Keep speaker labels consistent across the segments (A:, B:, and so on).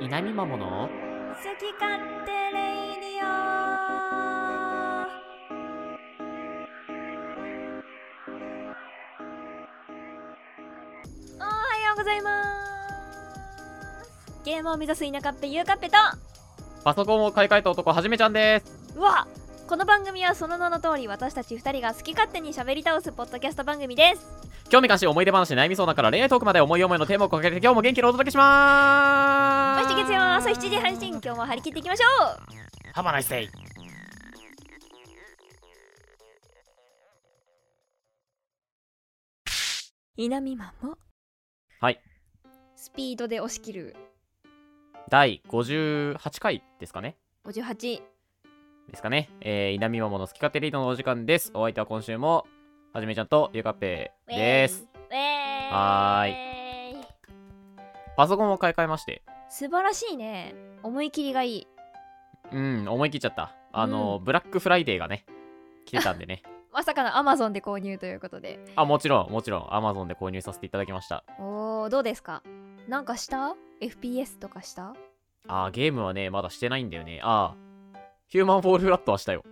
A: 南まもの
B: 好き勝手レイディオおはようございますゲームを目指す田舎っぺゆうかっぺと
A: パソコンを買い替えた男はじめちゃんです
B: うわこの番組はその名の通り私たち二人が好き勝手に喋り倒すポッドキャスト番組です
A: 興味関心思い出話悩み相談から恋愛トークまで思い思いのテーマをかけて今日も元気にお届けしま
B: 毎
A: ーす
B: 週月曜朝7時配信今日も張り切っていきましょう
A: ハマナイステイ
B: 稲見マンも
A: はい
B: スピードで押し切る
A: 第58回ですかね
B: 58
A: ですかねえー、稲見まもの好き勝手リードのお時間ですお相手は今週もはじめちゃんとゆうかっぺ
B: ウェーイ
A: です
B: ウェーイ
A: はパソコンを買い替えまして
B: 素晴らしいね思い切りがいい
A: うん思い切っちゃったあの、ブラックフライデーがね来てたんでね
B: まさかのアマゾンで購入ということで
A: あもちろんもちろん Amazon で購入させていただきました
B: おーどうですかなんかした ?FPS とかした
A: あーゲームはねまだしてないんだよねあーヒューマンフォールフラットはしたよ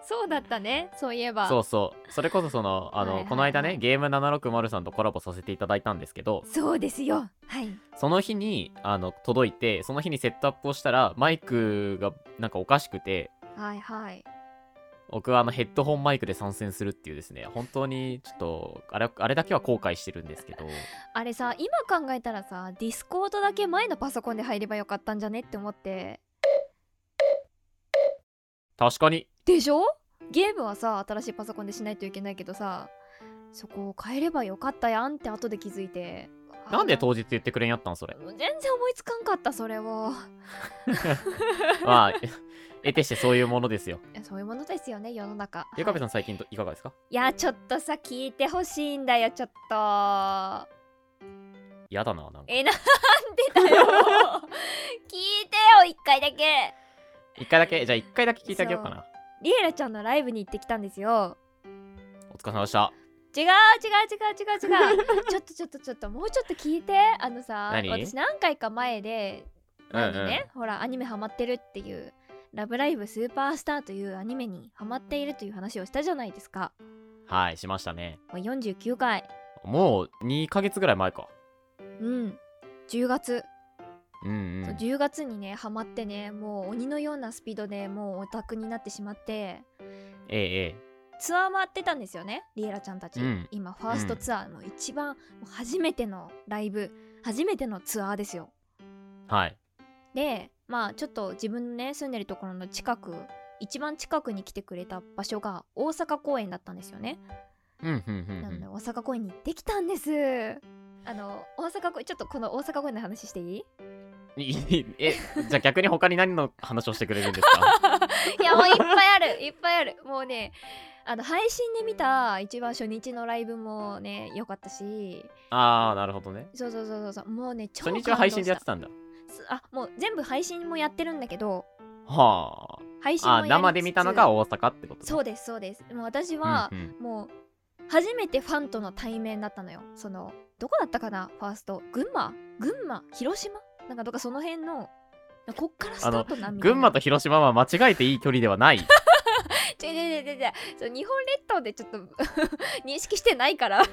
B: そうだったねそういえば
A: そううそうそれこそそ のあの、
B: はいはいはい
A: この間ねゲーム760さんとコラボさせていただいたんですけど
B: そうですよはい
A: その日にあの届いてその日にセットアップをしたらマイクがなんかおかしくて
B: はいはい
A: 僕はあのヘッドホンマイクで参戦するっていうですね本当にちょっとあれあれだけは後悔してるんですけど
B: あれさ今考えたらさディスコードだけ前のパソコンで入ればよかったんじゃねって思って
A: 確かに
B: でしょゲームはさ新しいパソコンでしないといけないけどさそこを変えればよかったやんって後で気づいて
A: なんで
B: あ
A: 当日言ってくれんやったんそ れ
B: ー全然思いつかんかったそれを
A: まあ得てしてそういうものですよ
B: いやそういうものですよね世の中
A: ゆかべ
B: はい
A: さん最近どいかがですか
B: いやちょっとさ聞いてほしいんだよちょっと
A: 嫌だななんか
B: えな んでだよ聞いてよ一回だけ
A: 一回だけじゃあ一回だけ聞いてあげようかな
B: リエラちゃんのライブに行ってきたんですよ
A: お疲れ様でした
B: 違う違う違う違う 違うちょっとちょっとちょっともうちょっと聞いてあのさ
A: 何
B: 私何回か前で
A: うんう
B: 前
A: ん
B: にね、ほらアニメハマってるっていう「ラブライブスーパースター」というアニメにハマっているという話をしたじゃないですか
A: はいしましたね
B: もう49回
A: もう2ヶ月ぐらい前か
B: うん10月、
A: うんう
B: そうん10月にねハマってねもう鬼のようなスピードでもうオタクになってしまって
A: えええ
B: ツアー回ってたんですよねリエラちゃんたち、
A: うん
B: 今ファーストツアー、もう一番もう初めてのライブ初めてのツアーですよ
A: えはい
B: でまあちょっと自分のね住んでるところの近く一番近くに来てくれた場所が大阪公園だったんですよね、
A: うんうんう
B: なの
A: ん
B: で
A: うん
B: 大阪公園に行ってきたんですあの大阪公園ちょっとこの大阪公園の話してい
A: い
B: い
A: いえじゃあ逆に他に何の話をしてくれるんですか
B: いやもういっぱいあるいっぱいあるもうねあの配信で見た一番初日のライブもね良かったし
A: ああなるほどね
B: そうそうそうそうそうもうね
A: 初
B: 超感動し
A: 日
B: た
A: は配信でやってたんだ
B: あもう全部配信もやってるんだけど
A: は
B: 配信も
A: ああ
B: やりつつ
A: 生で見たのが大阪ってことね
B: そうですそうですもう私は、
A: うんうん
B: もう初めてファンとの対面だったのよそのどこだったかなファースト群馬群馬広島なんかどっかその辺のこっからスタートなんみたい
A: 群
B: な
A: 馬と広島は間違えていい距離ではない
B: 違う違う違う違うそう日本列島でちょっと 認識してないから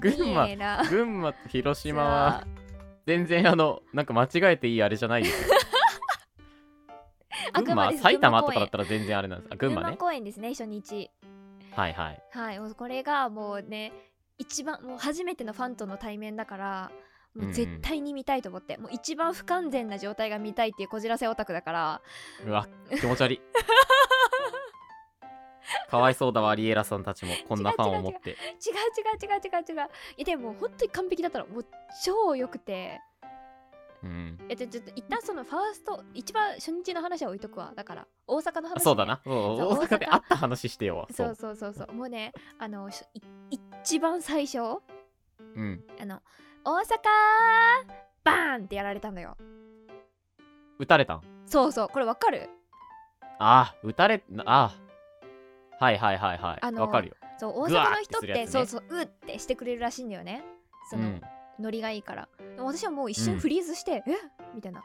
A: 群馬
B: いいな
A: 群馬と広島は全然あのなんか間違えていいあれじゃない ですよ
B: あ
A: 群
B: 群馬
A: 馬
B: です
A: 埼玉
B: 群
A: と
B: 馬公園
A: かだったら全然あれなんですあ群
B: 群
A: 馬
B: 馬
A: ね
B: 公園ですね初日
A: はいはい
B: はいもうこれがもうね一番もう初めてのファンとの対面だからもう絶対に見たいと思って、もう一番不完全な状態が見たいっていうこじらせオタクだから
A: うわ気持ち 悪いかわいそうだわリエラさんたちもこんなファンを持って
B: 違う違う違う違う違ういやでも本当に完璧だったのもう超良くて
A: うん
B: えちょちょっと一旦そのファースト一番初日の話は置いとくわだから大阪の話、
A: あ
B: ね、
A: そうだなそう
B: そ
A: 大
B: う大
A: 阪
B: 阪
A: で会った話してよそ
B: そう
A: う
B: そうそうそうもうねあのしい一番最初
A: うん
B: あの大阪バーンってやられたのよ
A: 撃たれたん
B: そうそうこれわかる
A: あ撃たれあはいはいはいは
B: あ
A: い
B: の
A: わかるよ
B: そう大
A: ぐわー
B: 阪の人
A: ってする
B: って
A: やつね
B: そうそううってしてくれるらしいんだよねその、
A: うん
B: ノリがいいからでも私はもう一瞬
A: うん
B: フリーズして、えみたいな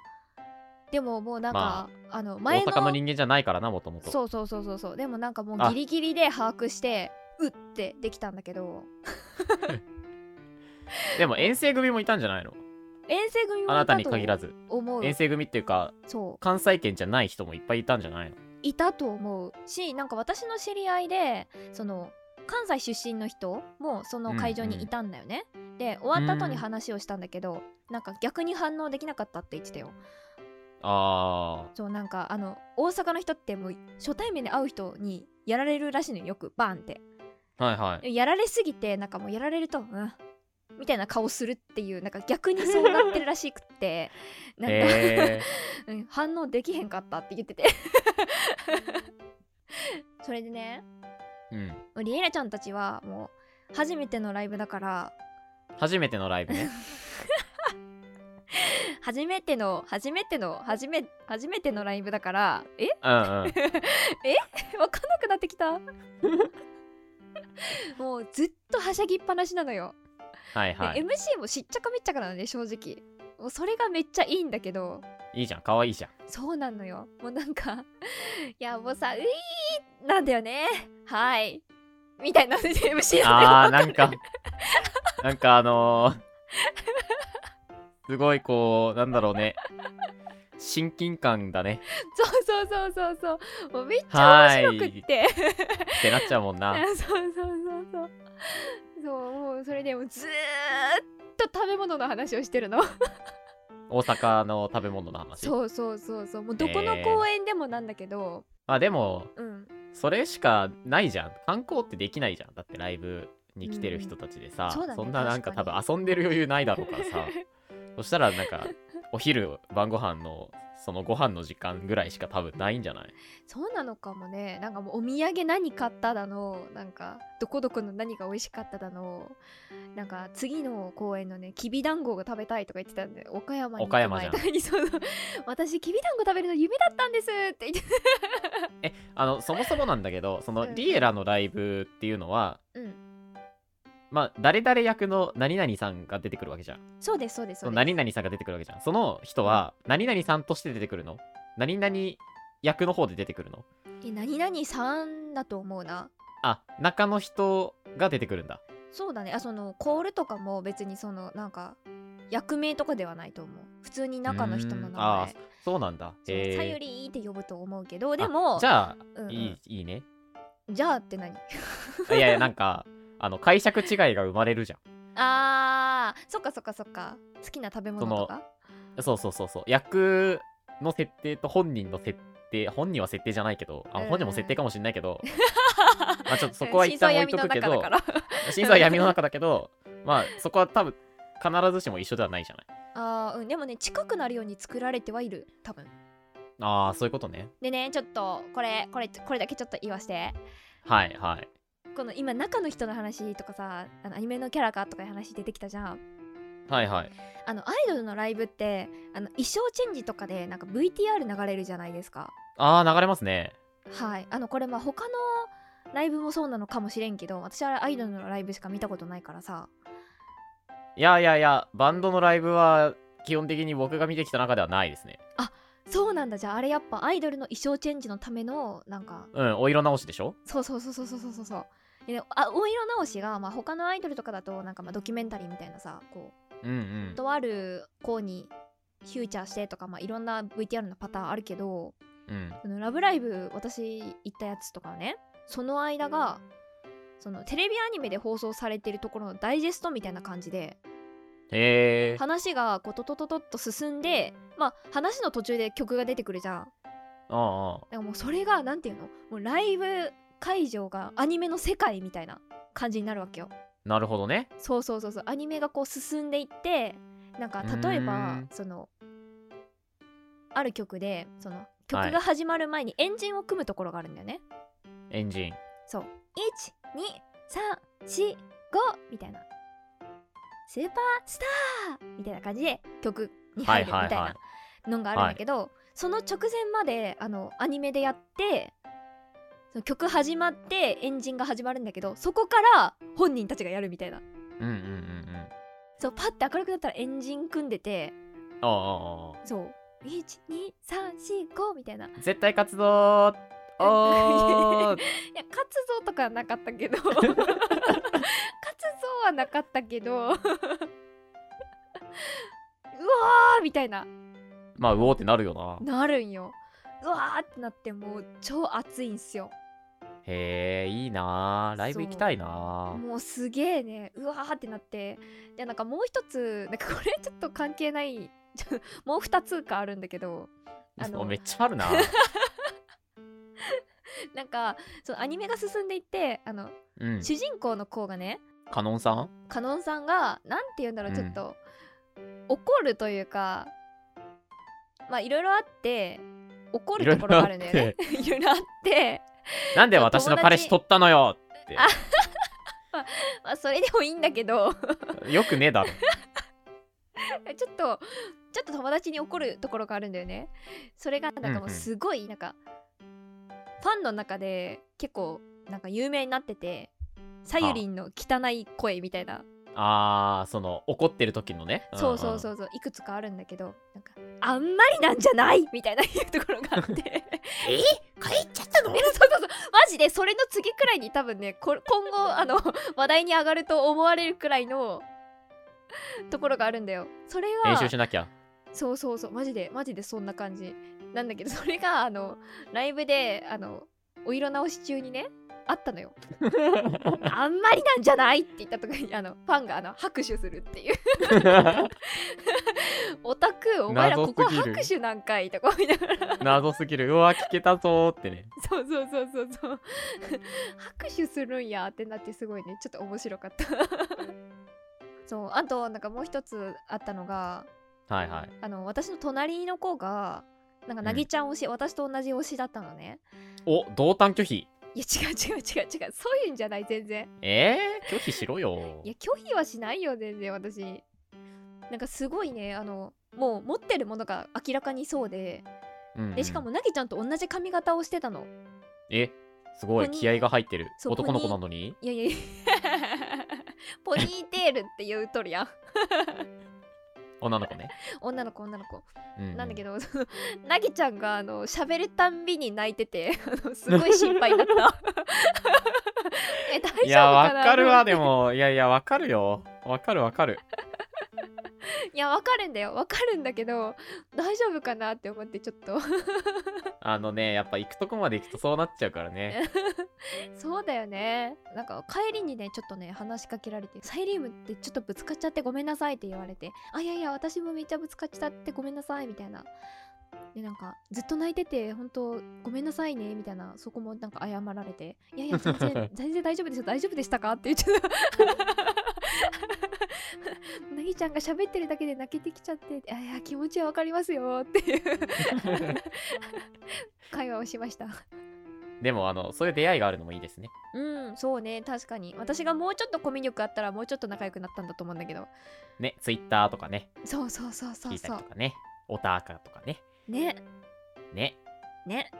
B: でももうなんか、
A: ま
B: あ、の前
A: 大
B: の
A: 阪の人間じゃないからなもともと
B: そうそうそうそうそうでもなんかもう
A: あ
B: ギリギリで把握してうってできたんだけど
A: でも遠征組もいたんじゃないの
B: 遠征組も
A: あないた
B: た
A: に
B: と
A: 限らず
B: 思う
A: 遠征組っていうか
B: そう
A: 関西圏じゃない人もいっぱいいたんじゃないの
B: いたと思うしなんか私の知り合いでその関西出身の人もその会場
A: うん
B: に
A: うん
B: いたんだよね、で終わった後に
A: うん
B: 話をしたんだけどなんか逆に反応できなかったって言ってたよ
A: あ
B: そうなんかあの大阪の人ってもう初対面で会う人にやられるらしいのよよくバーンって
A: ーはいはい
B: やられすぎてなんかもうやられるとうんみたいな顔するっていうなんか逆にそうなってるらしくって なんか、
A: え
B: うん反応できへんかったって言ってて それでね
A: ー、うん
B: リエラちゃんたちはもう初めてのライブだから
A: 初めてのライブね
B: 初めての初めての初め初めてのライブだからえ
A: うんうん
B: わかんなくなって きたもうずっとはしゃぎっぱなしなのよ、
A: はい
B: で
A: はい
B: MC もしっちゃかめっちゃかなので正直もうそれがめっちゃいいんだけど
A: いいじゃん可愛いじゃん
B: そうなのよもうなんかいやもうさういーなんだよねはいみたいな MC なのよ
A: あーなんかなんかあのー、すごいこうなんだろうね親近感だね
B: そうそうそうそうそうもうめっちゃ面白くって
A: ってなっちゃうもんな
B: そうそうそうそうそうもうそれでもうずーっと食べ物の話をしてるの
A: 大阪の食べ物の話
B: そうそうそうそうもうどこの公園でもなんだけど、
A: まあでも
B: うん
A: それしかないじゃん観光ってできないじゃんだってライブに来てる人たちでさ、
B: うんそうだね
A: んななんか多
B: 確
A: 分
B: か
A: 遊んでる余裕ないだろうから さそしたらなんかお昼晩ご飯のそのご飯の時間ぐらいしか多分ないんじゃない
B: そうなのかもねなんかもうお土産何買っただのなんかどこどこの何が美味しかっただのなんか次の公園のねきびだんごが食べたいとか言ってたんで岡山に行
A: 岡
B: く
A: 山じ
B: 前
A: ゃん
B: とかにそうそう私きびだんご食べるの夢だったんですって言って
A: あのそもそもなんだけどその
B: うん
A: リエラのライブっていうのは
B: うん
A: まあ誰々役の何々さんが出てくるわけじゃん
B: そうですそうです
A: そ
B: そう
A: の
B: で
A: 何
B: す
A: 々さんが出てくるわけじゃんその人は何々さんとして出てくるの何々役の方で出てくるの
B: え何々さんだと思うな
A: あ中の人が出てくるんだ
B: そうだねあそのコールとかも別にそのなんか役名とかではないと思う普通に中の人の
A: うー
B: 名
A: んあー
B: 前
A: そうなんだ
B: そう
A: へー
B: さゆりーって呼ぶと思うけどでも
A: あじゃあ、
B: うんうん
A: いいいいね
B: じゃあって何
A: いやいやなんか あの解釈違いが生まれるじゃ
B: あーそっかそっかそっか好きな食べ物とか
A: んそうそうそうそう役の設定と本人の設定本人は設定じゃないけどあ
B: うんうん
A: 本人も設定かもしれないけ ど、まあちょっとそこは一旦置いとくけど
B: 真相闇の中だか ら
A: 真相は闇の中だけどまあそこは多分必ずしも一緒ではないじゃない
B: あー、うん、でもね近くなるように作られてはいる多分
A: ああそういうことね
B: でねちょっとこれこれこれだけちょっと言わして
A: はいはい
B: この今中の人の話とかさあのアニメのキャラかとかいう話出てきたじゃん
A: はいはい
B: あのアイドルのライブってあの衣装チェンジとかでなんか VTR 流れるじゃないですか
A: ああ流れますね
B: はいあのこれまあ他のライブもそうなのかもしれんけど私はアイドルのライブしか見たことないからさ
A: いやいやいやバンドのライブは基本的に僕が見てきた中ではないですね
B: そうなんだじゃああれやっぱアイドルの衣装チェンジのためのなんか
A: うんお色直しでしょ
B: そうそうそうそうそうそうそうそうであお色直しが、まあ、他のアイドルとかだとなんかまあドキュメンタリーみたいなさこ
A: うんうん
B: うとある子にフューチャーしてとか、まあ、いろんな VTR のパターンあるけど
A: うん
B: そのラブライブ私行ったやつとかはねその間がそのテレビアニメで放送されてるところのダイジェストみたいな感じで
A: へえ
B: 話がこうトトトトッと進んでまあ話の途中で曲が出てくるじゃんだか
A: ああ
B: らもうそれがなんていうのもうライブ会場がアニメの世界みたいな感じになるわけよ
A: なるほどね
B: そうそうそうそうアニメがこう進んでいってなんか例え
A: う
B: ば
A: ーん
B: そのある曲でその
A: は
B: 曲
A: い
B: が始まる前にエンジンを組むところがあるんだよね、
A: エンジン
B: そう12345みたいなスーパースターみたいな感じで曲に入るみたいなのがあるんだけど、その直前まであのアニメでやってその曲始まってエンジンが始まるんだけどそこから本人たちがやるみたいな
A: うんうんうんうん
B: そうパッて明るくなったらエンジン組んでて
A: ああああ
B: そう12345みたいない
A: 絶対活動 おー
B: や活動とかはなかったけど活動はなかったけど うわーみたいな
A: まあうおーってなるよな
B: なるんようわーってなってもう超暑いんすよ
A: へえいいなーライブ行きたいな
B: もうすげえねうわーってなってでなんかもう一つなんかこれちょっと関係ない ちょもう二つかあるんだけどあ
A: も
B: の
A: うめっちゃあ るな
B: なんかそうアニメが進んでいってあの、
A: うん
B: 主人公の子がね
A: カノンさん
B: カノンさんがなんて言うんだろう、
A: うん
B: ちょっと怒るというかまあいろいろあって怒るところがあるんだよね。い ろいろあって、
A: なんで私の彼氏取ったのよ
B: まあ、それでもいいんだけど
A: よくねえだ ろ
B: ちょっとちょっと友達に怒るところがあるんだよね。それがなんか
A: う
B: も
A: んうん
B: うすごいなんか、ファンの中で結構なんか有名になっててさゆりんの汚い声みたいな
A: あーその怒ってる時のね
B: そうそう
A: う
B: そ
A: ん
B: うそういくつかあるんだけどなんかあんまりなんじゃないみたいないうところがあって え
A: これ言っちゃった
B: そうそうそうマジでそれの次くらいに多分ねこ今後あの話題に上がると思われるくらいのところがあるんだよそれ
A: 練
B: は
A: 習しなきゃ
B: そうそうそうマジでマジでそんな感じなんだけどそれがあのライブであのお色直し中にねあったのよあんまりなんじゃないって言ったときにあのファンがあの拍手するっていうオタクお前ら
A: 謎す
B: こ
A: ぎる
B: こ拍手なんかいとか思いながら
A: 謎すぎるうわ聞けたぞーってね
B: そうそうそうそうそう拍手するんやってなってすごいねちょっと面白かったそうあとなんかもう一つあったのが
A: はいはい
B: あの私の隣の子がなんか
A: ん
B: なぎちゃん推し、私と同じ推しだったのね
A: お同担拒否
B: いや違う違う違う違うそういうんじゃない全然
A: えー、拒否しろよ
B: いや拒否はしないよ全然私なんかすごいねあのもう持ってるものが明らかにそうで
A: うんうん
B: でしかもなぎちゃんと同じ髪型をしてたの
A: えすごい
B: ここに
A: 気合が入ってる
B: そう
A: 男の子な
B: ここ
A: のに
B: いやい やいやポニーテールって言うとるやん
A: 女の子ね、
B: 女の子女の子、
A: うんうん、
B: なんだけ
A: ど
B: どそのなぎちゃんがあの喋るたんびに泣いててあ のすごい心配だったえ大丈夫かない
A: いやわかるわでもいやいやわかるよわかるわかる
B: いやわかるんだよわかるんだけど大丈夫かなって思ってちょっと
A: あのねやっぱ行くとこまで行くとそうなっちゃうから ね
B: そうだよねなんか帰りにねちょっとね話しかけられて「サイリウムってちょっとぶつかっちゃってごめんなさい」って言われて「あいやいや私もめっちゃぶつかっちゃってごめんなさい」みたいな。でなんかずっと泣いてて本当ごめんなさいねみたいなそこもなんか謝られて「いやいや全然全然大丈夫ですよ大丈夫でしたか?」って言っちゃった。なぎちゃんが喋ってるだけで泣けてきちゃって「あいや気持ちはわかりますよ」っていう会話をしました。
A: でもあのそういう出会いがあるのもいいですね
B: うん、そうね、確かに。私がもうちょっとコミュ力あったら、もうちょっと仲良くなったんだと思うんだけど。
A: ねツイッターとかね
B: そうそうそうそ
A: 聞
B: う
A: いた
B: そ
A: りとかねオタアカとかね
B: う。ね、
A: ね
B: ね。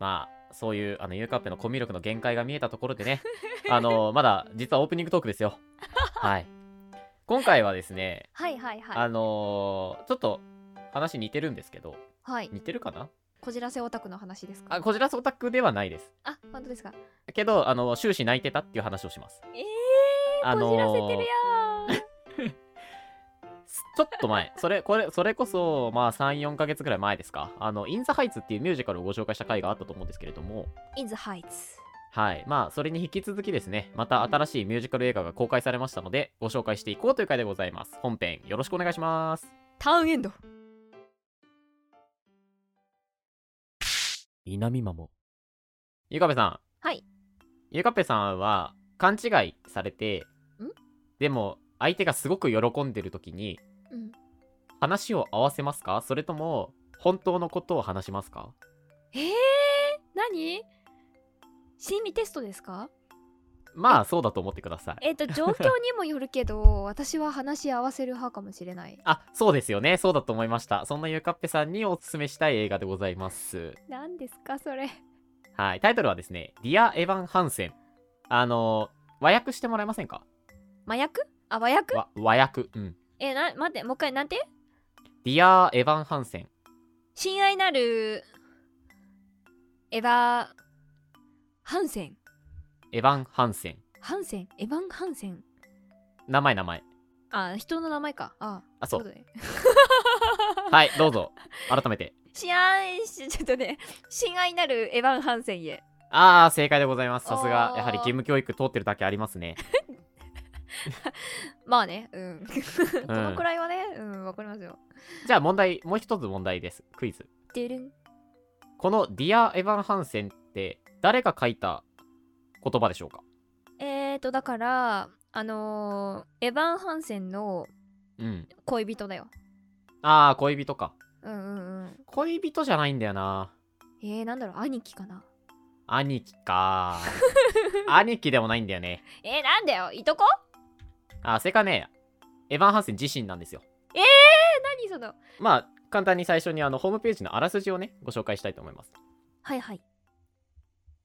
A: まあそういうあのユーカップのコミュ力の限界が見えたところでね あのまだ実はオープニングトーク ですよはい今回はですね
B: はいはいは
A: あ
B: い。
A: のーちょっと話似てるんですけど
B: はい。
A: 似てるかな
B: こじらせオタクの話ですか
A: あこじらすオタクではないです
B: あ、本当ですか。
A: けどあの終始泣いてたっていう話をします
B: えー、
A: あのー
B: こじらせてるやん。
A: すちょっと前それこれそれこそまあ34ヶ月ぐらい前ですかあの「イン・ザ・ハイツ」っていうミュージカルをご紹介した回があったと思うんですけれども
B: In the Heights。
A: はいまあそれに引き続きですねまた新しいミュージカル映画が公開されましたのでご紹介していこうという回でございます本編よろしくお願いします
B: ターンエンド。
A: 稲見まもゆかべさん
B: はい
A: ゆかぺさんは勘違いされてでも相手がすごく喜んでる時に
B: うん。
A: 話を合わせますかそれとも本当のことを話しますか
B: えー、何心理テストですか
A: まあそうだと思ってください
B: えっ、と、状況にもよる けど、私は話し合わせる派かもしれない。
A: あそうですよねそうだと思いましたそんなゆかっぺさんにおすすめしたい映画でございます
B: 何ですか、それ。
A: はいタイトルはですね「ディア・エヴァン・ハンセン」あの和訳してもらえませんか
B: 麻薬あ和訳
A: わ和訳うん
B: えな待ってもう一回なんて
A: ディアー・エヴァン・ハンセン
B: 親愛なるエヴァハンセン
A: エヴァン・ハンセン
B: ハンセンエヴァン・ハンセン
A: 名前名前
B: あ人の名前かあ
A: あそう
B: ことね
A: はいどう ぞ改めて
B: 親愛しちょっとね 親愛なるエヴァン・ハンセンへ
A: ああ正解でございますさすが
B: おー
A: やはり義務教育通ってるだけありますね
B: まあねうん このくらいはねうんわかりますよ
A: じゃあ問題もう一つ問題ですクイズ
B: てるん
A: このディア・エヴァン・ハンセンって誰が書いた言葉でしょうか
B: えーとだからあのーエヴァン・ハンセンの
A: うん
B: 恋人だよ
A: ああ恋人か
B: うんうんうん
A: 恋人じゃないんだよな
B: えー、なんだろう兄貴かな
A: 兄貴 か兄貴でもないんだよね
B: えー、なんだよいとこ
A: あー正解ねエヴァン・ハンセン自身なんですよ
B: 何その
A: まあ簡単に最初にあのホームページのあらすじをねご紹介したいと思います
B: はいはい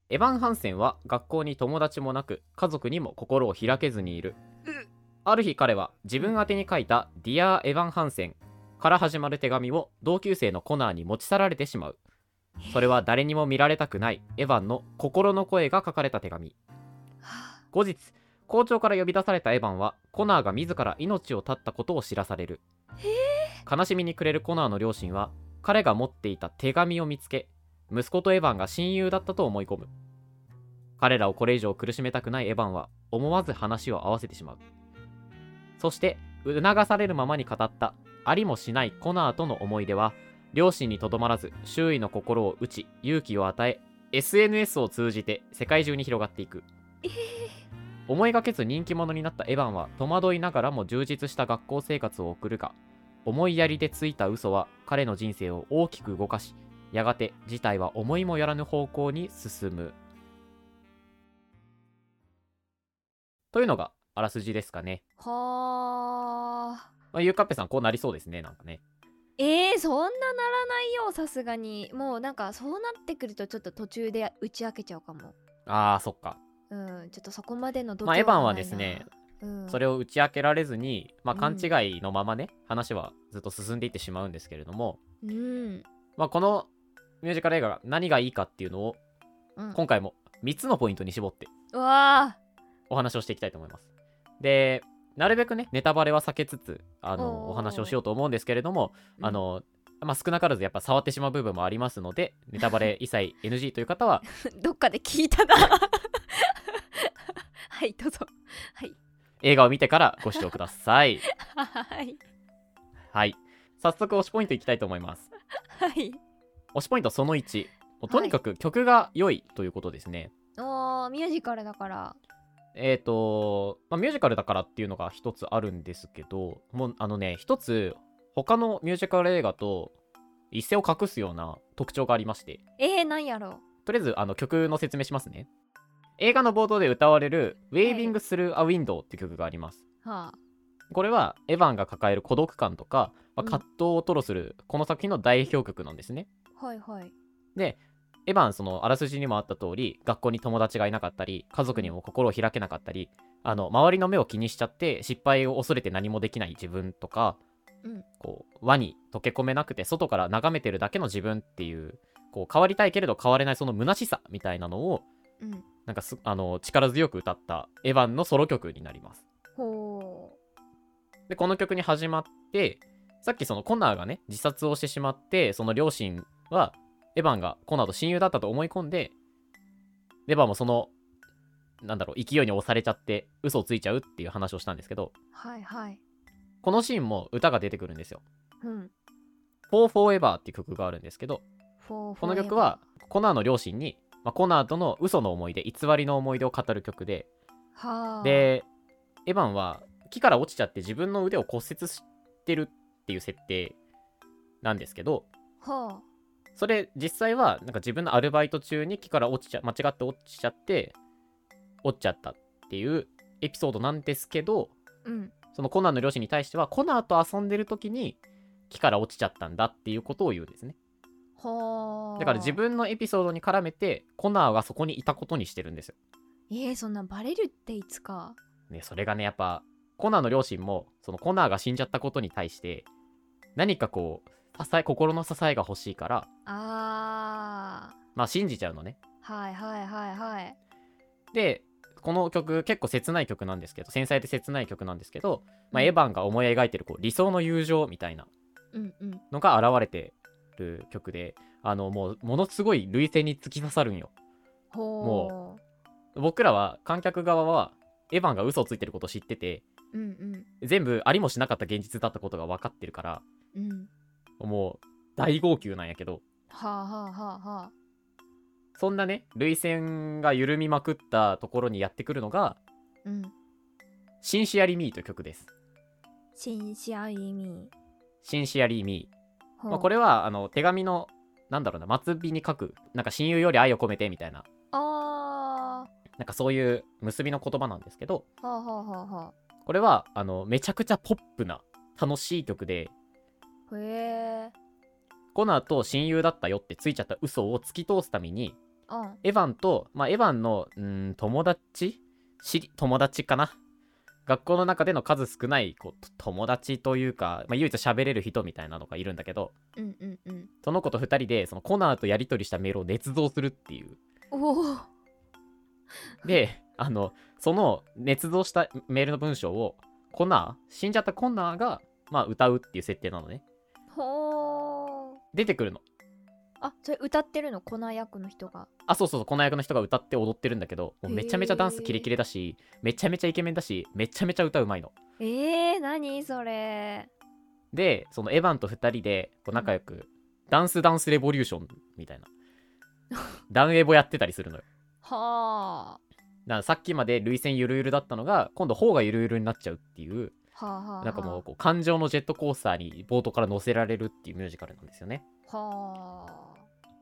A: エヴァン・ハンセンは学校に友達もなく家族にも心を開けずにいる
B: うん
A: ある日彼は自分宛てに書いた「ディア・エヴァン・ハンセン」から始まる手紙を同級生のコナーに持ち去られてしまうそれは誰にも見られたくないエヴァンの心の声が書かれた手紙
B: は
A: 後日校長から呼び出されたエヴァンはコナーが自ら命を絶ったことを知らされる悲しみに暮れるコナーの両親は彼が持っていた手紙を見つけ息子とエヴァンが親友だったと思い込む彼らをこれ以上苦しめたくないエヴァンは思わず話を合わせてしまうそして促されるままに語ったありもしないコナーとの思い出は両親にとどまらず周囲の心を打ち勇気を与え SNS を通じて世界中に広がっていく思いがけず人気者になったエヴァンは戸惑いながらも充実した学校生活を送るが思いやりでついた嘘は彼の人生を大きく動かしやがて事態は思いもよらぬ方向に進むというのがあらすじですかね、
B: あ
A: まあ、ゆうかっぺさんこうなりそうですねなんかね
B: えー、そんなならないよさすがにもうなんかそうなってくるとちょっと途中で打ち明けちゃうかも
A: あーそっか
B: うんちょっとそこまでの度
A: まあ
B: 胸
A: エヴァン
B: が
A: は
B: ない
A: ですね
B: な、うん、
A: それを打ち明けられずに、まあ、
B: うん
A: 勘違いのままね、話はずっと進んでいってしまうんですけれども、
B: うん、
A: まあ、このミュージカル映画が何がいいかっていうのを
B: うん、
A: 今回も3つのポイントに絞って
B: うわ
A: お話をしていきたいと思います。でなるべくねネタバレは避けつつあ
B: おー
A: のお話をしようと思うんですけれども
B: ー
A: あ、の、まあ、少なからずやっぱ触ってしまう部分もありますの でネタバレ一切 NG という方は
B: うん どっかで聞いたな はいどうぞはい
A: 映画を見てからご視聴くださ い。
B: はい
A: はい早速推しポイントいきたいと思います。
B: はい
A: 推しポイントその1もうとにかく曲が良いということですね。
B: おーミュージカルだから
A: えっ、と、まあ、ミュージカルだからっていうのが一つあるんですけど、もうあのね、一つ他のミュージカル映画と一線を画すような特徴がありまして、
B: えー、なんやろ
A: とりあえずあの曲の説明しますね。映画の冒頭で歌われる「Waving Through a Window」っていう曲があります。
B: うはあ
A: これはエヴァンが抱える孤独感とか、まあ、
B: うん
A: 葛藤を吐露するこの作品の代表曲なんですね。
B: はいはい
A: で、エヴァン、そのあらすじにもあった通り、学校に友達がいなかったり、家族にも心を開けなかったり、あの周りの目を気にしちゃって、失敗を恐れて何もできない自分とか、
B: うん
A: こう輪に溶け込めなくて、外から眺めてるだけの自分っていう、こう変わりたいけれど変われないその虚しさみたいなのを、
B: うん
A: なんかすあの力強く歌ったエヴァンのソロ曲になります。
B: ほ
A: でこの曲に始まってさっきそのコナーがね自殺をしてしまってその両親はエヴァンがコナーと親友だったと思い込んでエヴァンもそのなんだろう勢いに押されちゃって嘘をついちゃうっていう話をしたんですけど
B: うはいはい
A: このシーンも歌が出てくるんですよ
B: うん
A: 「For Forever」っていう曲があるんですけど
B: フォー
A: この曲はコナーの両親に、まあ、コナーとの嘘の思い出偽りの思い出を語る曲で
B: はあ
A: でエヴァンは木から落ちちゃって自分の腕を骨折してるっていう設定なんですけど
B: は
A: それ実際はなんか自分のアルバイト中に木から落ちちゃ間違って落ちちゃって落ちちゃったっていうエピソードなんですけど
B: あうん
A: そのコナンの両親に対してはコナンと遊んでる時に木から落ちちゃったんだっていうことを言うんですね
B: はあ
A: だから自分のエピソードに絡めてコナンはそこにいたことにしてるんですよ
B: えー、そんなんバレるっていつか
A: ね、それがね、やっぱ、コナーの両親もそのコナーが死んじゃったことに対して何かこう支え心の支えが欲しいから
B: あ
A: まあ信じちゃうのね
B: ーはいはいはいはい
A: でこの曲結構切ない曲なんですけど繊細で切ない曲なんですけど、まあ、
B: うん
A: エヴァンが思い描いてるこう理想の友情みたいな
B: うんうん
A: のが現れてる曲であのもうものすごい類線に突き刺さるんよ
B: ほ
A: 僕らは観客側はエヴァンが嘘をついてることを知ってて
B: ううん
A: 全部ありもしなかった現実だったことが分かってるから
B: うんうん
A: もう大号泣なんやけど
B: はあはあはあはあ
A: そんなね涙腺が緩みまくったところにやってくるのが
B: うん
A: 「シンシアリ・ミー」という曲です。
B: シンシアイミ
A: シンシアリ・ミー。
B: ー
A: まあ、こ
B: れ
A: れはあの手紙のなんだろうな末尾に書くなんか親友より愛を込めてみたいな
B: あ
A: なんかそういう結びの言葉なんですけど
B: ーはあはあはあは
A: これはあのめちゃくちゃポップな楽しい曲で
B: あへえ
A: コナーと親友だったよってついちゃった嘘を突き通すために
B: うん
A: エヴァンと、まあ、エヴァンのうーん友達知り友達かな学校の中での数少ないこうと友達というか、まあ、唯一喋れる人みたいなのがいるんだけど
B: うんうんうん
A: その子と2人でそのコナーとやり取りしたメールを捏造するっていう
B: おお
A: であのその捏造したメールの文章をコナー死んじゃったコナーが、まあ、歌うっていう設定なのね
B: ほー
A: 出てくるの
B: あそれ歌ってるのコナ役の人が
A: あそうそうそうこの役の人が歌って踊ってるんだけどもうめちゃめちゃダンスキレキレだしめちゃめちゃイケメンだしめちゃめちゃ歌うまいの
B: えー、何それ
A: でそのエヴァンと2人でこう仲良くダンスダンスレボリューションみたいなダンエボやってたりするのよ
B: はあ
A: だからさっきまで涙腺ゆるゆるだったのが今度頬がゆるゆるになっちゃうっていう
B: はあはあ
A: なんかもうこう感情のジェットコースターに冒頭から乗せられるっていうミュージカルなんですよね
B: はあ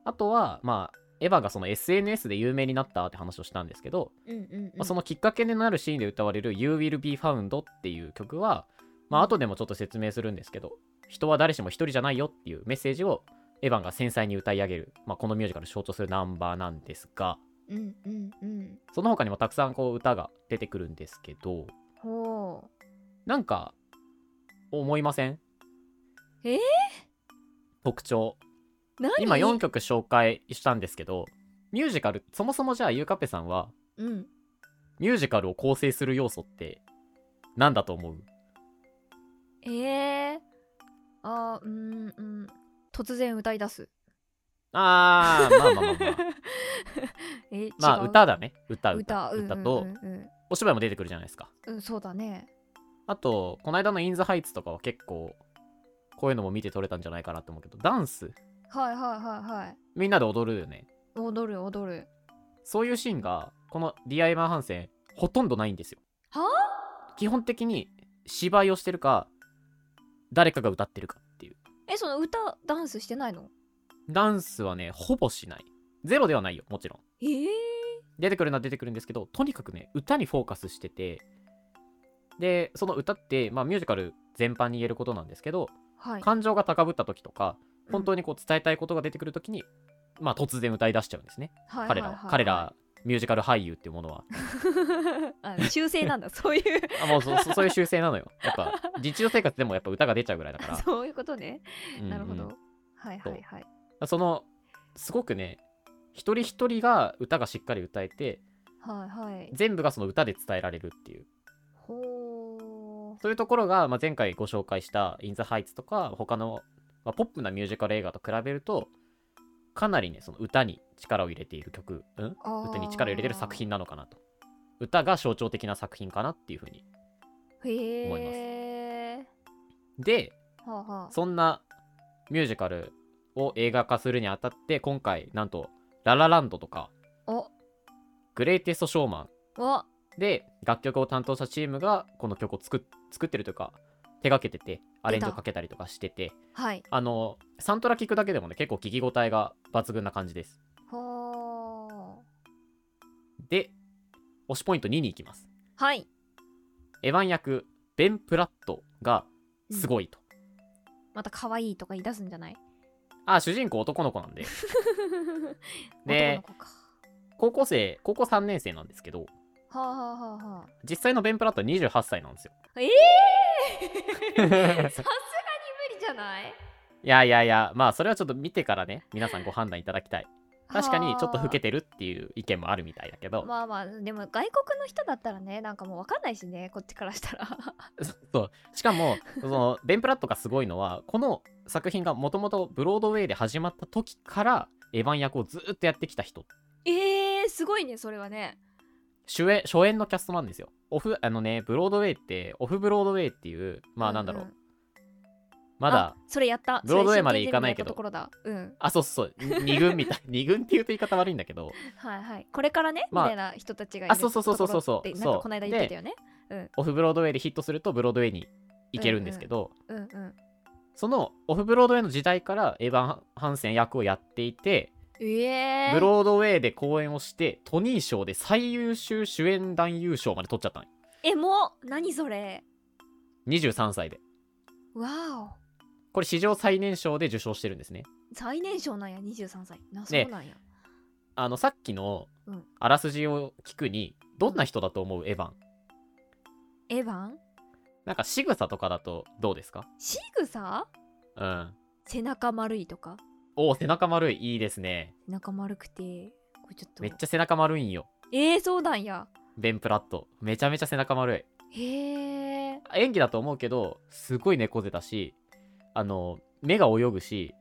A: あとはまあエヴァがその SNS で有名になったって話をしたんですけど、
B: うんうん、うん、
A: まあ、そのきっかけになるシーンで歌われる「You Will Be Found」っていう曲は、まあ後でもちょっと説明するんですけど人は誰しも一人じゃないよっていうメッセージをエヴァンが繊細に歌い上げる、まあ、このミュージカルを象徴するナンバーなんですが
B: うんうんうん
A: その他にもたくさんこう歌が出てくるんですけど
B: ほ
A: なんか思いません
B: えー
A: 特徴
B: う何
A: 今4曲紹介したんですけどミュージカルそもそもじゃあゆうかっぺさんは
B: うん
A: ミュージカルを構成する要素って何だと思う
B: えー、あーうんうん突然歌い出す
A: あー、まあまあまあまあ。
B: えー、
A: まあ
B: 違う
A: 歌だね。歌歌
B: 歌うん
A: 歌と、
B: うんうん
A: お芝居も出てくるじゃないですか。
B: うん、うん、そうだね
A: あと、この間のインザハイツとかは結構、こういうのも見て取れたんじゃないかなと思うけど、ダンス、
B: はいはいはいはい
A: みんなで踊るよね。
B: 踊る踊る
A: そういうシーンが、このディアイマーハンセン、ほとんどないんですよ。
B: は
A: 基本的に芝居をしてるか、誰かが歌ってるかっていう。
B: えその歌ダンスしてないの
A: ダンスはね、ほぼしない。ゼロではないよ、もちろん。
B: えー、
A: 出てくるのは出てくるんですけどとにかくね歌にフォーカスしててでその歌って、まあ、ミュージカル全般に言えることなんですけど
B: はい
A: 感情が高ぶった時とか
B: うん
A: 本当にこう伝えたいことが出てくる時に、まあ、突然歌い出しちゃうんですね
B: はい
A: 彼ら
B: はい
A: は
B: はい
A: 彼らミュージカル俳優っていうものは
B: あ修正なん だそういう
A: あもうそそそういう習性なのよやっぱ 日常生活でもやっぱ歌が出ちゃうぐらいだから
B: そういうことね、
A: うんうん
B: なるほどはいはいはい
A: そのすごくね一人一人が歌がしっかり歌えて
B: はいはい
A: 全部がその歌で伝えられるっていう
B: ほ
A: そういうところが、まあ、前回ご紹介した「イン・ザ・ハイツ」とか他の、まあ、ポップなミュージカル映画と比べるとかなりねその歌に力を入れている曲、うん、
B: う
A: 歌に力を入れてる作品なのかなと歌が象徴的な作品かなっていうふうに
B: へ
A: 思い
B: え
A: で
B: はあはあ
A: そんなミュージカルを映画化するにあたって今回なんと「ラ・ラ・ランド」とか
B: お
A: 「グレイテスト・ショーマン
B: お」
A: で楽曲を担当したチームがこの曲を作っ作ってるというか手がけててアレンジをかけたりとかしてて
B: はい
A: あの、サントラ聞くだけでもね、結構聞き応えが抜群な感じです。
B: ほ
A: で、推しポイント2に行きます。
B: ーはい
A: エヴァン役、ベン・プラットがす
B: い、
A: ごいと。
B: また可愛いとか言い出すんじ ゃない
A: あ、主人公男の子なんで、
B: 男の子か
A: 高校生、高校3年生なんですけど、
B: はあはあはあは
A: 実際のベンプラットは28歳なんですよ
B: あええさすがに無理じゃない
A: いやいやいやまあそれはちょっと見てからね皆さんご判断いただきたい確かにちょっと老けてるっていう意見もあるみたいだけど、
B: まあまあでも外国の人だったらねなんかもう分かんないしねこっちからしたら
A: そうしかもそのベン・プラットがすごいのはこの作品がもともとブロードウェイで始まった時からエヴァン役をずっとやってきた人
B: えー、すごいねそれはね
A: 主演初演のキャストなんですよオフあのねブロードウェイってオフブロードウェイっていうまあなんだろう、
B: んん
A: まだ
B: あそれやった
A: ブロードウェイまで行かないけど
B: それ真剣ゼミのやったところだうん
A: あそうそうそう二軍 みたい二軍っていうと言い方悪いんだけど
B: はいはいこれからね、
A: まあ
B: みたいな人たちがいる
A: あそうそうそうそうそうそう
B: ところってなんかこの間言ってたよね
A: オフブロードウェイでヒットするとブロードウェイに行けるんですけど、
B: うんうん
A: そのオフブロードウェイの時代からエヴァン・ハンセン役をやっていて、
B: ええ
A: ブロードウェイで公演をしてトニー賞で最優秀主演男優賞まで取っちゃったのよ
B: えもう何それ
A: 23歳で
B: わお
A: これ史上最年少で受賞してるんですね
B: 最年少なんや23歳なそ
A: ね
B: うなんや、
A: あのさっきの
B: うん
A: あらすじを聞くにどんな人だと思うエヴァン
B: エヴァン
A: なんか仕草とかだとどうですか
B: 仕草
A: うん
B: 背中丸いとか
A: おお背中丸いいいですね
B: 背中丸くてこれちょっと
A: めっちゃ背中丸いんよ
B: えー、そうなんや
A: ベン・プラットめちゃめちゃ背中丸い
B: へえ
A: 演技だと思うけどすごい猫背だしあの目が泳ぐし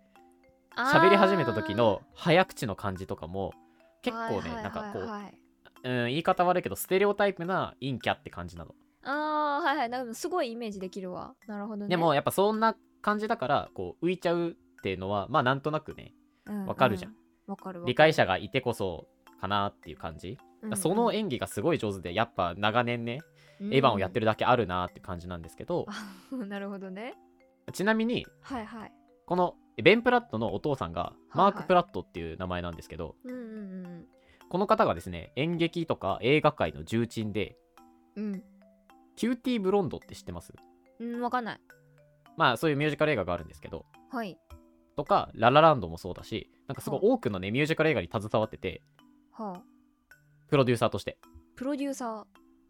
A: 喋り始めた時の早口の感じとかも結構ねなんかこう、
B: はい
A: うん、言い方悪いけどステレオタイプな陰キャって感じなの、
B: あーはいはいなんかすごいイメージできるわなるほどね
A: でもやっぱそんな感じだからこう浮いちゃうっていうのはまあなんとなくねわかるじゃん
B: ううわ、かるわ
A: 理解者がいてこそかなっていう感じ、
B: うんうん
A: その演技がすごい上手でやっぱ長年ね、エヴァンをやって
B: る、
A: るだけあるなって感じなんですけど
B: うん なるほどね
A: ちなみに
B: はいはい
A: このベン・プラットのお父さんがマー
B: はいは
A: ク・
B: い
A: プラットっていう名前なんですけど、
B: うんうんうん
A: この方がですね演劇とか映画界の重鎮で
B: うん
A: キューティーブロンドって知ってます
B: うんわかんない
A: まあそういうミュージカル映画があるんですけど
B: はい
A: とかララランドもそうだしなんかすごい多くのねミュージカル映画に携わってて
B: はあ
A: プロデューサーとして
B: プロデューサ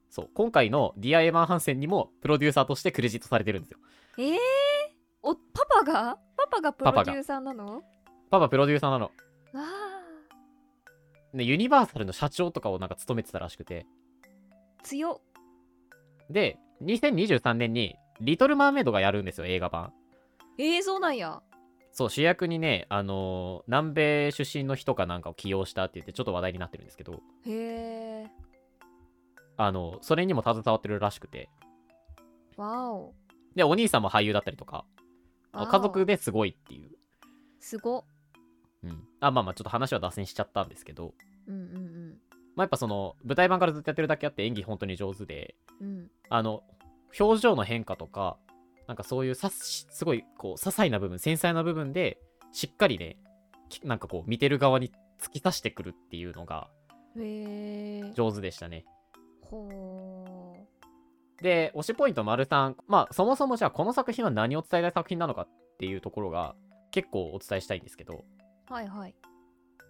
A: そう今回の「ディア・エヴァン・ハンセン」にもプロデューサーとしてクレジットされてるんですよ
B: ーえー、おパパがパパがプロデューサーなの
A: パパプロデューサーなの
B: わ
A: ねユニバーサルの社長とかをなんか務めてたらしくて
B: あ強っ
A: で2023年に「リトル・マーメイド」がやるんですよ映画版
B: えー、そうなんや
A: そう主役にねあのー南米出身の人かなんかを起用したって言ってちょっと話題になってるんですけど
B: へえ
A: あの、それにも携わってるらしくて。
B: わお
A: で、お兄さんも俳優だったりとか、あの
B: わお
A: 家族ですごいっていう。
B: すごっ
A: うん。あ、まあまあ、ちょっと話は脱線しちゃったんですけど、
B: うんうん
A: まあやっぱその、舞台版からずっとやってるだけあって演技本当に上手で、
B: うんうん
A: あの、表情の変化とか、なんかそういうさすすごい、こう、些細な部分、繊細な部分で、しっかりね、きなんかこう、見てる側に突き刺してくるっていうのが
B: へえ
A: 上手でしたね。
B: ほう
A: で、推しポイント丸さん、まあ、そもそもじゃあこの作品は何を伝えたい作品なのかっていうところが結構お伝えしたいんですけど、
B: はいはい、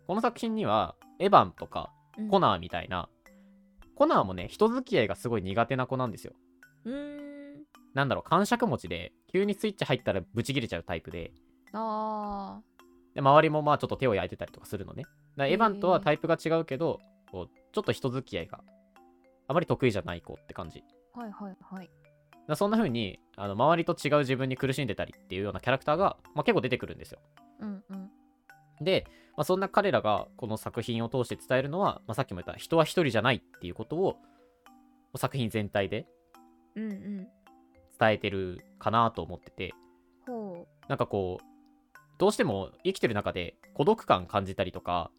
A: この作品にはエヴァンとか
B: うん
A: コナーみたいな、コナーもね、人付き合いがすごい苦手な子なんですよ。
B: うーん
A: なんだろう、感触持ちで、急にスイッチ入ったらブチ切れちゃうタイプで、
B: あ
A: で周りもまあちょっと手を焼いてたりとかするのね。だからエヴァンとはタイプが違うけど、こうちょっと人付き合いがあまり得意じゃない子って感じ。
B: ーはいはいは
A: だ
B: い
A: からそんな風にあの周りと違う自分に苦しんでたりっていうようなキャラクターが、まあ、結構出てくるんですよ。
B: うんうん
A: で、まあ、そんな彼らがこの作品を通して伝えるのは、まあ、さっきも言った人は一人じゃないっていうことを作品全体で
B: うんうん
A: 伝えてるかなと思ってて
B: ほ
A: なんかこうどうしても生きてる中で孤独感感じたりとか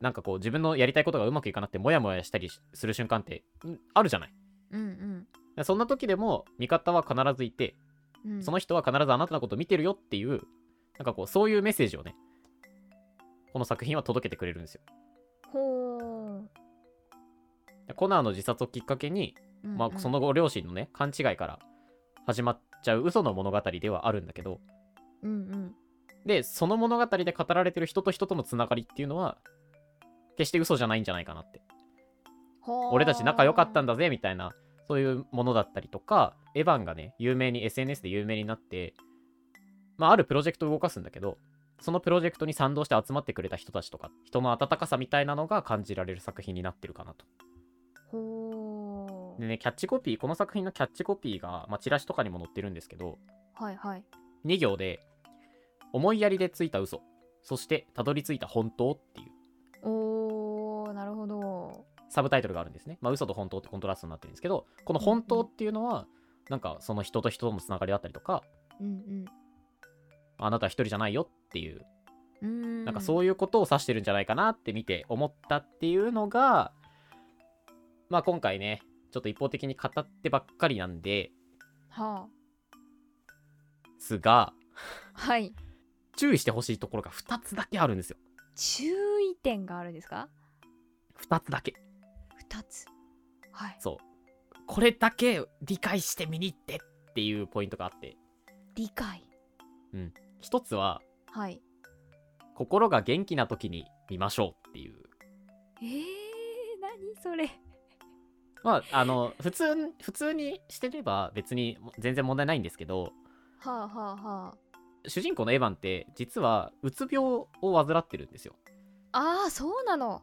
A: なんかこう自分のやりたいことがうまくいかなくてモヤモヤしたりしする瞬間ってんあるじゃないだか
B: ううん
A: らそんな時でも味方は必ずいて
B: うんうん
A: その人は必ずあなたのことを見てるよっていう、なんかこう、そういうメッセージをね、この作品は届けてくれるんですよ。
B: ほう、
A: コナーの自殺をきっかけに、
B: うん
A: ま
B: う
A: あ、
B: ん
A: その後、両親のね、勘違いから始まっちゃう嘘の物語ではあるんだけど、
B: うんうん
A: で、その物語で語られてる人と人とのつながりっていうのは、決して嘘じゃないんじゃないかなって。俺たち仲良かったん
B: だ
A: だぜみたいなそういうものだったりとかエヴァンがね有名に SNS で有名になって、まあ、あるプロジェクトを動かすんだけどそのプロジェクトに賛同して集まってくれた人たちとか人の温かさみたいなのが感じられる作品になってるかなと
B: ほ
A: で
B: う
A: ねキャッチコピーこの作品のキャッチコピーが、まあ、チラシとかにも載ってるんですけど
B: はいはい
A: 2行で「思いやりでついた嘘そしてたどり着いた本当」っていう
B: おーなるほど
A: サブタイトルがあるんですね。まあ、嘘と本当ってコントラストになってるんですけど、この本当っていうのは、なんかその人と人とのつながりだったりとか、
B: うん
A: あなたは一人じゃないよっていう、
B: うんうーん
A: なんかそういうことを指してるんじゃないかなって見て思ったっていうのが、まあ今回ね、ちょっと一方的に語ってばっかりなんで
B: は
A: すが、
B: あはい
A: 注意してほしいところが2つだけあるんですよ。
B: 注意点があるんですか
A: 2つだけ。
B: 二つはい
A: そう。これだけ理解して見に行ってっていうポイントがあって、
B: 理解
A: 1つは、
B: はい
A: 心が元気な時に見ましょうっていう
B: えー、何それ
A: まあ、あの、普通に、普通にしてれば別に全然問題ないんですけど、
B: はあはあは
A: 主人公のエヴァンって実はうつ病を患ってるんですよ。
B: ああーそうなの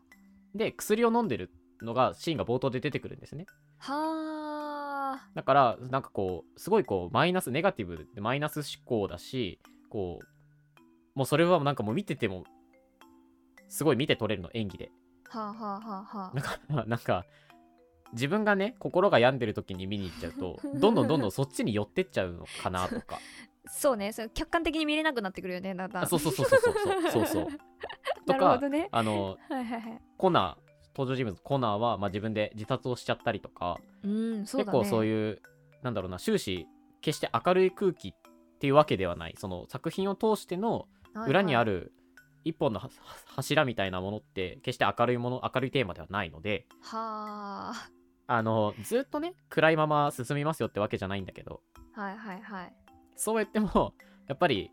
A: で、薬を飲んでるのがシーンが冒頭で出てくるんですね。
B: はあ
A: だから、なんかこう、すごいこう、マイナス、ネガティブでマイナス思考だし、こう、もうそれはなんかもう見てても、すごい見て取れるの、演技で。
B: はあはあはあは
A: なんか、なんか、自分がね、心が病んでる時に見に行っちゃうと、どんどんどんどんそっちに寄ってっちゃうのかなとか。
B: あそうねその客観的に見れなくなってくるよねだんだん
A: あそうそうそうそう そうそうそうそうと
B: なるほ
A: か、
B: どね
A: あの
B: はいはいはい
A: コナー登場人物コナーは、まあ、自分で自殺をしちゃったりとか、
B: うんそう
A: 結
B: だね
A: 構そういうなんだろうな終始決して明るい空気っていうわけではないその作品を通しての
B: はいはい
A: 裏にある一本のはは柱みたいなものって決して明るいもの明るいテーマではないので
B: はあ
A: あのずっとね暗いまま進みますよってわけじゃないんだけど
B: はいはいはい
A: そうやってもやっぱり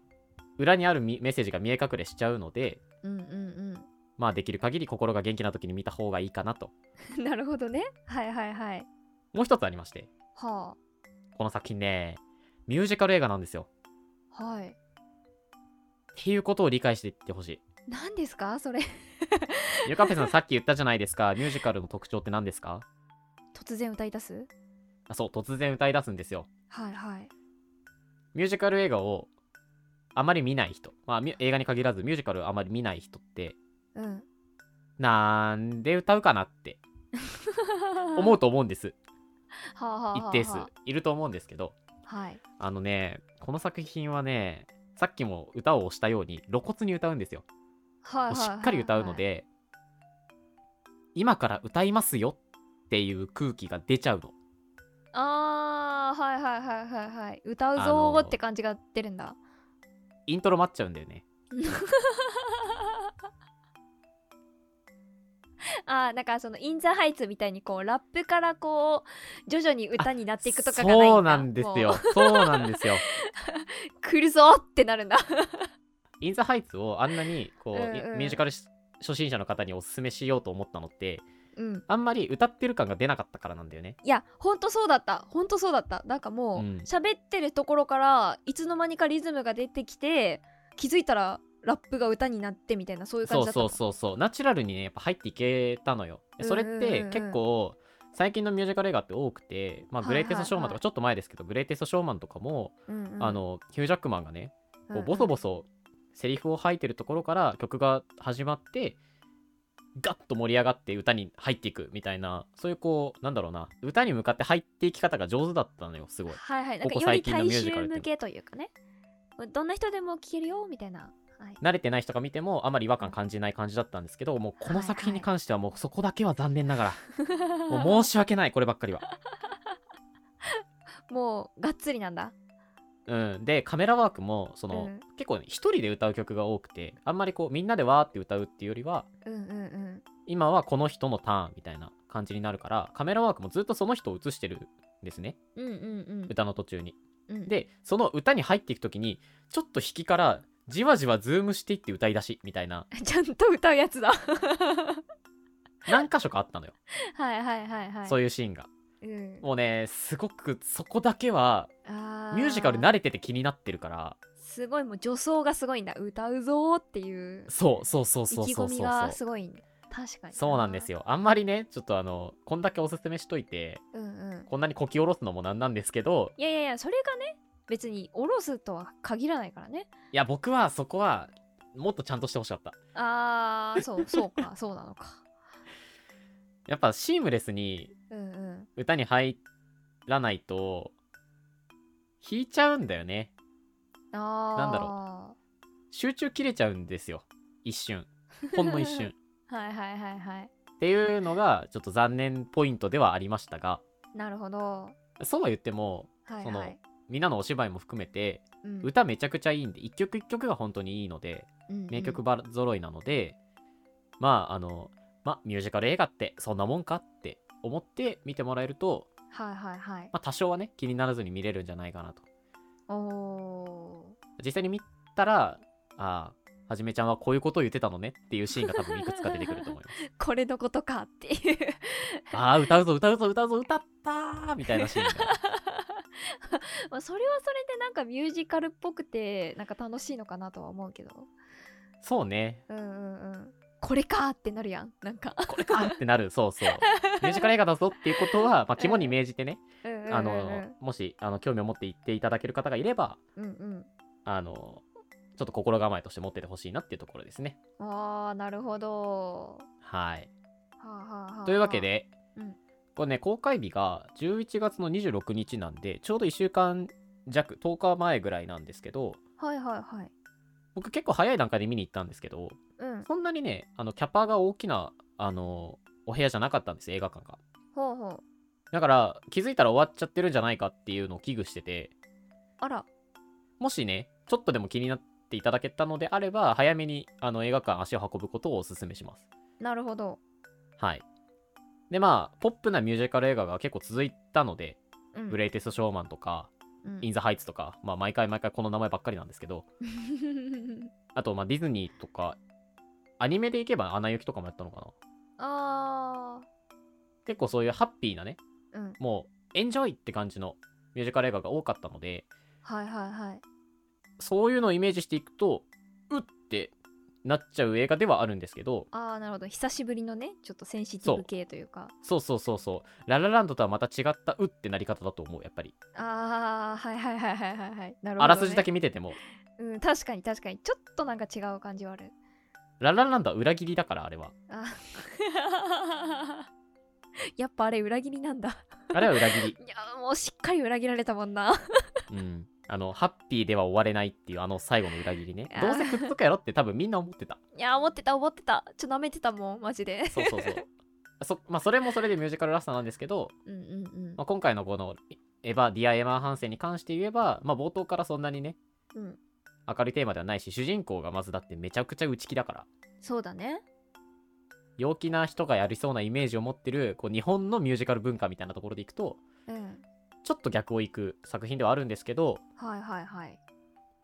A: 裏にあるみメッセージが見え隠れしちゃうので
B: うんうん
A: まあできる限り心が元気な時に見た方がいいかなと。
B: うん なるほどねはいはいはい
A: もう一つありまして、
B: は
A: この作品ね、ミュージカル映画なんですよ。
B: あはい
A: っていうことを理解していってほし
B: 何ですかそれ
A: い。ゆかぺさんさっき言ったじゃないですか、ミュージカルの特徴って何ですか
B: 突然歌い出す
A: あそう、突然歌い出すんですよ。
B: はいはい
A: ミュージカル映画をあまり見ない人、まあミュ映画に限らずミュージカルをあまり見ない人って、
B: うん
A: なんで歌うかなって 思う
B: と
A: と思うんです。
B: はあはあはあ
A: 一定数いると思うんですけど、
B: はい
A: あのね、この作品はね、さっきも歌を押したように露骨に歌うんですよ。
B: はいはいはいはい
A: しっかり歌うので、今から歌いますよっていう空気が出ちゃうの。
B: あーはいはいはいはいはい歌うぞ
A: あのー
B: ーって感じが出るんだ
A: イントロ待っちゃうんだよね。
B: あーなんかそのインザハイツみたいにこうラップからこう徐々に歌になっていくとかがないんだ
A: そうなんですよ
B: もう。
A: そうなんですよ。
B: 来るぞーってな るんだ
A: インザハイツをあんなにこう、
B: うんうん
A: いミュージカルし初心者の方におすすめしようと思ったのって、
B: うん
A: あんまり歌ってる感が出なかったからなんだよね。
B: いやほんとそうだったほんとそうだったなんかもう
A: うん
B: 喋、ってるところからいつの間にかリズムが出てきて気づいたらラップが歌になってみたいなそういう感
A: そ
B: じ
A: う
B: だった
A: そうそうそう。ナチュラルにね、やっぱ入っていけたのよ。でそれっ
B: うんうんうん
A: て
B: うん
A: 結構、最近のミュージカル映画って多くて、まあ、グレイテストショーマン
B: はいは
A: とか
B: いはい
A: ちょっと前ですけど、グレイテストショーマンとかも、
B: う、うんうん
A: あのヒュージャックマンがね
B: う
A: こ
B: ん
A: う
B: うん
A: ボソボソセリフを吐いてるところから曲が始まってガッと盛り上がって歌に入っていくみたいなそういうこうなんだろうな歌に向かって入っていき方が上手だったのよすごい
B: はいはいなん
A: こ
B: か
A: こ
B: よ
A: 最
B: り
A: 近の
B: 大
A: ミュージカル
B: 衆
A: って
B: 向けというかねどんな人でも聴けるよみたいな、 はい、
A: 慣れてない人が見てもあまり違和感感じない感じだったんですけどもうこの作品に関してはもうそこだけは残念なが らもう申し訳ないこればっかりは
B: もうがっつりなんだ
A: うんでカメラワークもその
B: うん
A: 結構ね一人で歌う曲が多くてあんまりこうみんなでわーって歌うっていうよりは
B: うんうんうん
A: 今はこの人のターンみたいな感じになるからカメラワークもずっとその人を映してるんですね
B: うんうん
A: 歌の途中に
B: うんうん
A: でその歌に入っていく時にちょっと引きからじわじわズームしていって歌い出しみたいな
B: ちゃんと歌うやつだ
A: 何箇所かあったのよ、
B: はいはい はいはい
A: そういうシーンが
B: うん
A: もうねすごくそこだけは
B: あ
A: ミュージカル慣
B: れ
A: れてて気になってるから
B: すごいもう女装がすごいんだ歌うぞーっていう
A: そうそうそう
B: 意
A: そう
B: 気
A: そ
B: 込
A: う
B: み
A: そ
B: が
A: う
B: すごいんだ確かに
A: そうなんです
B: よ
A: よあんまりねちょっとあのこんだけおすすめしといて
B: うんうん
A: こんなにこき下ろすのもなんなんですけど
B: いやいやいやそれがね別におろすとは限らないからね
A: いや僕はそこはもっとちゃんとしてほしかった
B: あ ーそうそうかそうなのか
A: やっぱシームレスに
B: うんうん
A: 歌に入らないと弾いちゃうんだよね
B: あー
A: なんだ集中切れちゃうんですよ一瞬ほんの一瞬
B: はいはいはいはい
A: っていうのがちょっと残念ポイントではありましたが
B: なるほど
A: そうは言っても
B: はい
A: そ
B: は
A: の
B: い
A: みんなのお芝居も含めて
B: うん
A: 歌めちゃくちゃいいんで一曲一曲が本当にいいので
B: うんうん
A: 名曲ば揃いなので、まああのまあミュージカル映画ってそんなもんかって思って見てもらえると、
B: はいはいはい
A: まあ、多少はね気にならずに見れるんじゃないかなと
B: おお
A: 実際に見たらあーはじめちゃんはこういうことを言ってたのねっていうシーンが多分いくつか出てくると思います
B: ーこれのことかっていう
A: ああ歌うぞ歌うぞ歌うぞ歌ったーみたいなシーンが
B: まあそれはそれでなんかミュージカルっぽくてなんか楽しいのかなとは思うけど
A: そうね
B: うんうんうんこれかーってなるやん なんか
A: これかってなるそうそうミュージカル映画だぞっていうことは、まあ、肝に銘じてね
B: うんうんうんうん
A: あのもしあの興味を持って言っていただける方がいれば
B: うんうん
A: あのちょっと心構えとして持っててほしいなっていうところですね。
B: あーなるほど
A: はい、
B: はあはあはあ
A: というわけで、
B: うん
A: これね公開日が11月の26日なんでちょうど1週間弱10日前ぐらいなんですけど
B: はいはいはい
A: 僕結構早い段階で見に行ったんですけど
B: うん
A: そんなにねあのキャパが大きなあのお部屋じゃなかったんです映画館が。
B: ほうほう
A: だから気づいたら終わっちゃってるんじゃないかっていうのを危惧してて
B: あら
A: もしねちょっとでも気になっていただけたのであれば早めにあの映画館足を運ぶことをお勧めします。
B: なるほど
A: はい。で、まあ、ポップなミュージカル映画が結構続いたので、
B: うん
A: グレイテスト・ショーマンとか、
B: うん
A: イン・ザ・ハイツとか、まあ、毎回毎回この名前ばっかりなんですけど、あと、まあ、ディズニーとか、アニメでいけば、アナ雪とかもやったのかな。
B: あ
A: 結構そういうハッピーなね、
B: ーうん
A: もう、エンジョイって感じのミュージカル映画が多かったので、
B: はいはいはい
A: そういうのをイメージしていくと、うってなっちゃう映画ではあるんですけど、
B: あーなるほど久しぶりのねちょっとセンシティブ系というか
A: そうそうそうそう、ララランドとはまた違ったうってなり方だと思う、やっぱり。
B: ああはいはいはいはいはいはいなるほど、ね、
A: あらすじだけ見てても、
B: うん確かに確かにちょっとなんか違う感じはある
A: ララランドは裏切りだから、あれは。
B: あ やっぱあれ裏切りなんだ
A: あれは裏切り。
B: いやもうしっかり裏切られたもんな
A: うん。あの、ハッピーでは終われないっていうあの最後の裏切りね
B: あ。ー
A: どうせくっつくやろって多分みんな思ってた。
B: いや思ってた思ってたちょっと舐めてたもんマジで
A: そうそうそう。 そまあ、それもそれでミュージカルらしさなんですけど、
B: うんうんうん
A: まあ、今回のこのエヴァ・ディア・エマー・ハンセンに関して言えば、まあ、冒頭からそんなにね、
B: うん
A: 明るいテーマではないし、主人公がまずだってめちゃくちゃ内気だから、
B: そうだね
A: 陽気な人がやりそうなイメージを持ってる、こう日本のミュージカル文化みたいなところでいくと、
B: うん
A: ちょっと逆をいく作品ではあるんですけど、
B: はいはいはい
A: やっ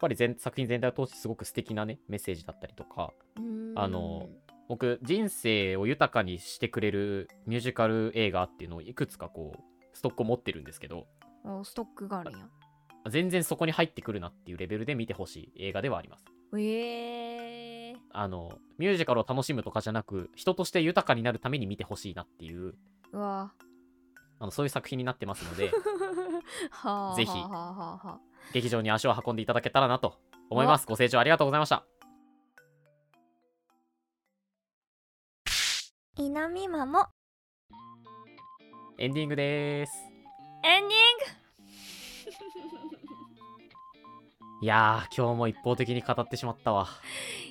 A: ぱり全作品全体を通してすごく素敵なね、メッセージだったりとか、
B: うーん
A: あの僕人生を豊かにしてくれるミュージカル映画っていうのをいくつかこうストックを持ってるんですけど
B: おストックがあるんや
A: 全然そこに入ってくるなっていうレベルで見てほしい映画ではあります
B: えー、
A: あのミュージカルを楽しむとかじゃなく人として豊かになるために見てほしいなっていう
B: うわ
A: あのそういう作品になってますので
B: はあ
A: ぜひ
B: はあはあはあはあ
A: 劇場に足を運んでいただけたらなと思いますご清聴ありがとうございました
B: いなみまも
A: エンディングです
B: エンデ
A: いやー今日も一方的に語ってしまったわ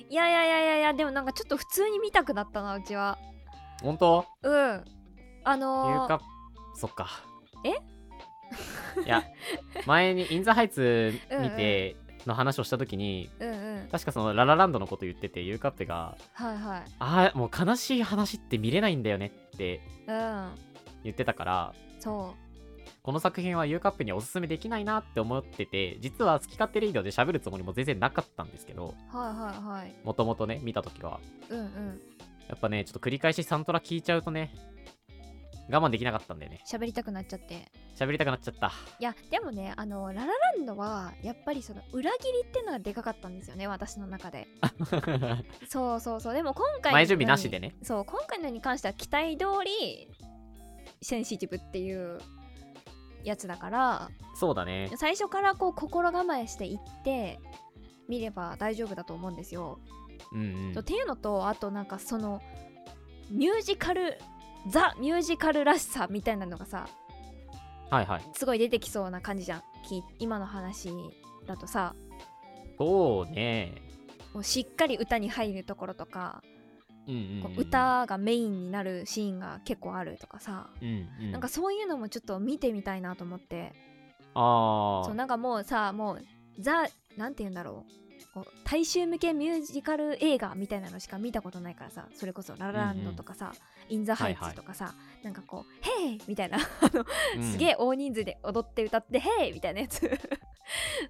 B: ィングいやいやいやいやいやでもなんかちょっと普通に見たくなったなうちは
A: 本当
B: うんあ
A: 言
B: の
A: う
B: ー、
A: かそっか
B: え
A: い や前に「イン・ザ・ハイツ」見ての話をした時に
B: うんうん
A: 確かその「ラ・ラ・ランド」のこと言っててゆうかっぺが
B: はいはい
A: 「ああもう悲しい話って見れないんだよね」って
B: う
A: 言ってたから
B: んそ
A: この作品はゆうかっぺにはおすすめできないなって思ってて実は好き勝手レイドで喋るつもりも全然なかったんですけど
B: うはいはいはい
A: もともとね見た時は
B: うんうん
A: やっぱね、ちょっと繰り返しサントラ聞いちゃうとね、我慢できなかったんだよね。
B: 喋りたくなっちゃって
A: 喋りたくなっちゃ った。
B: いやでもねあのララランドはやっぱりその裏切りってのがでかかったんですよね私の中でそうそうそうでも今回の
A: 前準備なしでね
B: そう今回のに関しては期待通りセンシティブっていうやつだから
A: そうだね。
B: 最初からこう心構えしていって見れば大丈夫だと思うんですよ、
A: うん、う
B: そうんっ。ていうのとあとなんかそのミュージカルザ・ミュージカルらしさみたいなのがさ
A: はいはい。
B: すごい出てきそうな感じじゃんき今の話だとさ
A: そうね。
B: もうしっかり歌に入るところとか、
A: うんうん
B: こ
A: うん
B: う。歌がメインになるシーンが結構あるとかさ、
A: うんうん。
B: なんかそういうのもちょっと見てみたいなと思って
A: あ
B: そう
A: あ。
B: なんかもうさもうザなんて言うんだろうこう大衆向けミュージカル映画みたいなのしか見たことないからさそれこそ「ララランド」とかさ「イン・ザ・ハイ
A: はいは
B: ツ」
A: い
B: とかさ、なんかこう「ヘイ!」みたいな
A: うん
B: すげえ大人数で踊って歌って「ヘイ!」みたいなやつ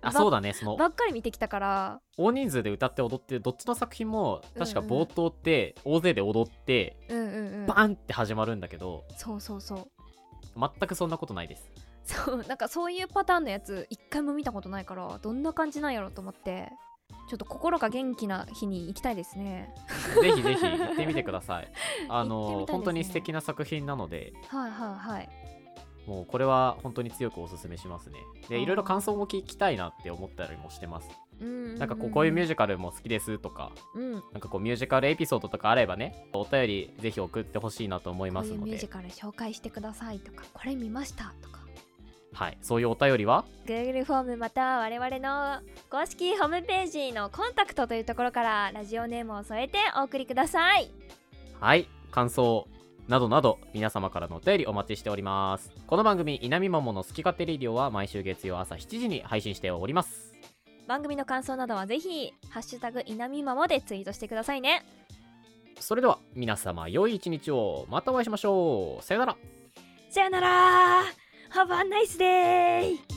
A: あそうだね。その
B: ばっかり見てきたから
A: 大人数で歌って踊ってるどっちの作品も確か
B: うんうん
A: 冒頭って大勢で踊って
B: うんうんうん
A: バーンって始まるんだけど
B: そうそうそう
A: 全くそんなことないです。
B: そうなんかそういうパターンのやつ一回も見たことないからどんな感じなんやろうと思ってちょっと心が元気な日に行きたいですね
A: ぜひぜひ行ってみてくだ さい。あの
B: 行ってみたいですね
A: 本当に素敵な作品なので
B: はいはいはい
A: もうこれは本当に強くおすすめしますね。
B: あ
A: で
B: ー
A: いろいろ感想も聞きたいなって思ったりもしてます。
B: うんうんうん
A: なんかこうこういうミュージカルも好きですとか
B: うん
A: なんかこうミュージカルエピソードとかあればねお便りぜひ送ってほしいなと思い
B: こ
A: ま
B: うい
A: す
B: う
A: の
B: ミュー
A: で
B: ジカル紹介してくださいとかこれ見ましたとか
A: はいそういうお便りは
B: Google フォームまた我々の公式ホームページのコンタクトというところからラジオネームを添えてお送りください
A: はい感想などなど皆様からのお便りお待ちしておりますこの番組「稲見マモの好き勝手レディオ」は毎週月曜朝7時に配信しております
B: 番組の感想などはぜひ「ハッシュタグいなみまも」でツイートしてくださいね
A: それでは皆様良い一日をまたお会いしましょうさよなら
B: さよなら Have a nice day!